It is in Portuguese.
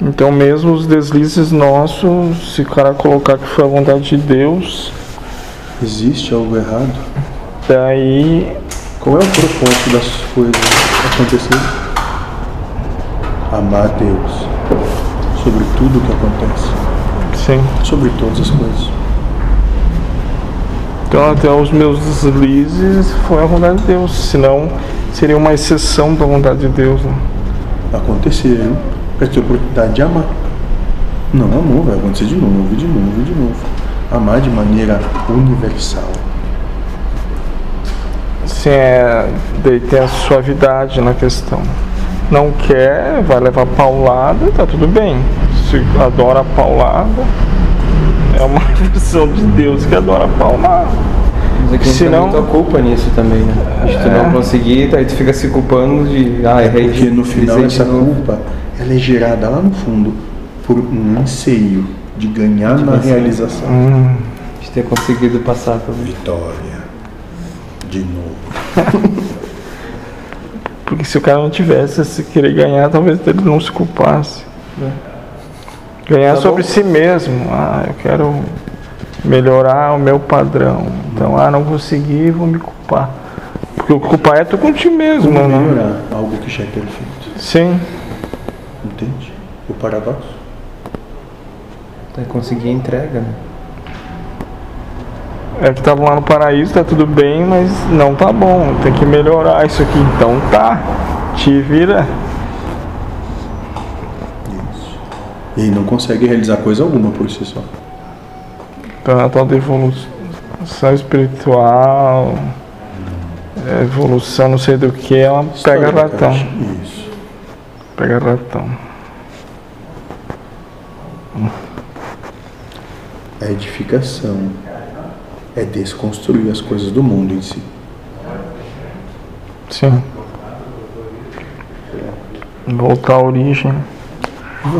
Então, mesmo os deslizes nossos, se o cara colocar que foi a vontade de Deus, Existe algo errado? daí Qual é o propósito das coisas acontecerem? Amar Deus sobre tudo o que acontece, sim. sobre todas as coisas. Então, até os meus deslizes foi a vontade de Deus, senão seria uma exceção da vontade de Deus. né? Aconteceram para ter oportunidade de amar. Não amor, vai acontecer de novo, de novo, de novo. Amar de maneira universal. Sim, é, daí tem a suavidade na questão. Não quer, vai levar paulada, tá tudo bem. Se adora a paulada, é uma versão de Deus que adora a paulada. Mas é que a gente Se tem não- muita culpa nisso também, né? De tu não conseguir, aí tu fica se culpando de. Ah, errei. É. Porque no final frisei de essa novo. culpa ela é gerada lá no fundo por um anseio de ganhar na vencer. realização. De ter conseguido passar pelo. Vitória. De novo. Porque se o cara não tivesse esse querer ganhar, talvez ele não se culpasse. né? Ganhar É. Tá sobre bom. si mesmo. Ah, eu quero melhorar o meu padrão. Então, ah, não consegui, vou me culpar. Porque o culpar é tu com ti mesmo, Como Uhum. né? melhorar algo que já é perfeito. Sim. Entende? O paradoxo. Tá, conseguir a entrega, né? É que tava lá no paraíso, tá tudo bem, mas não tá bom. Tem que melhorar isso aqui. Então tá. Te vira. Isso. E não consegue realizar coisa alguma por si só. Então é a tal de evolução espiritual. é Evolução não sei do que, ela pega História da ratão. caixa. Isso. Pega ratão. A edificação é desconstruir as coisas do mundo em si. Sim. Voltar à origem.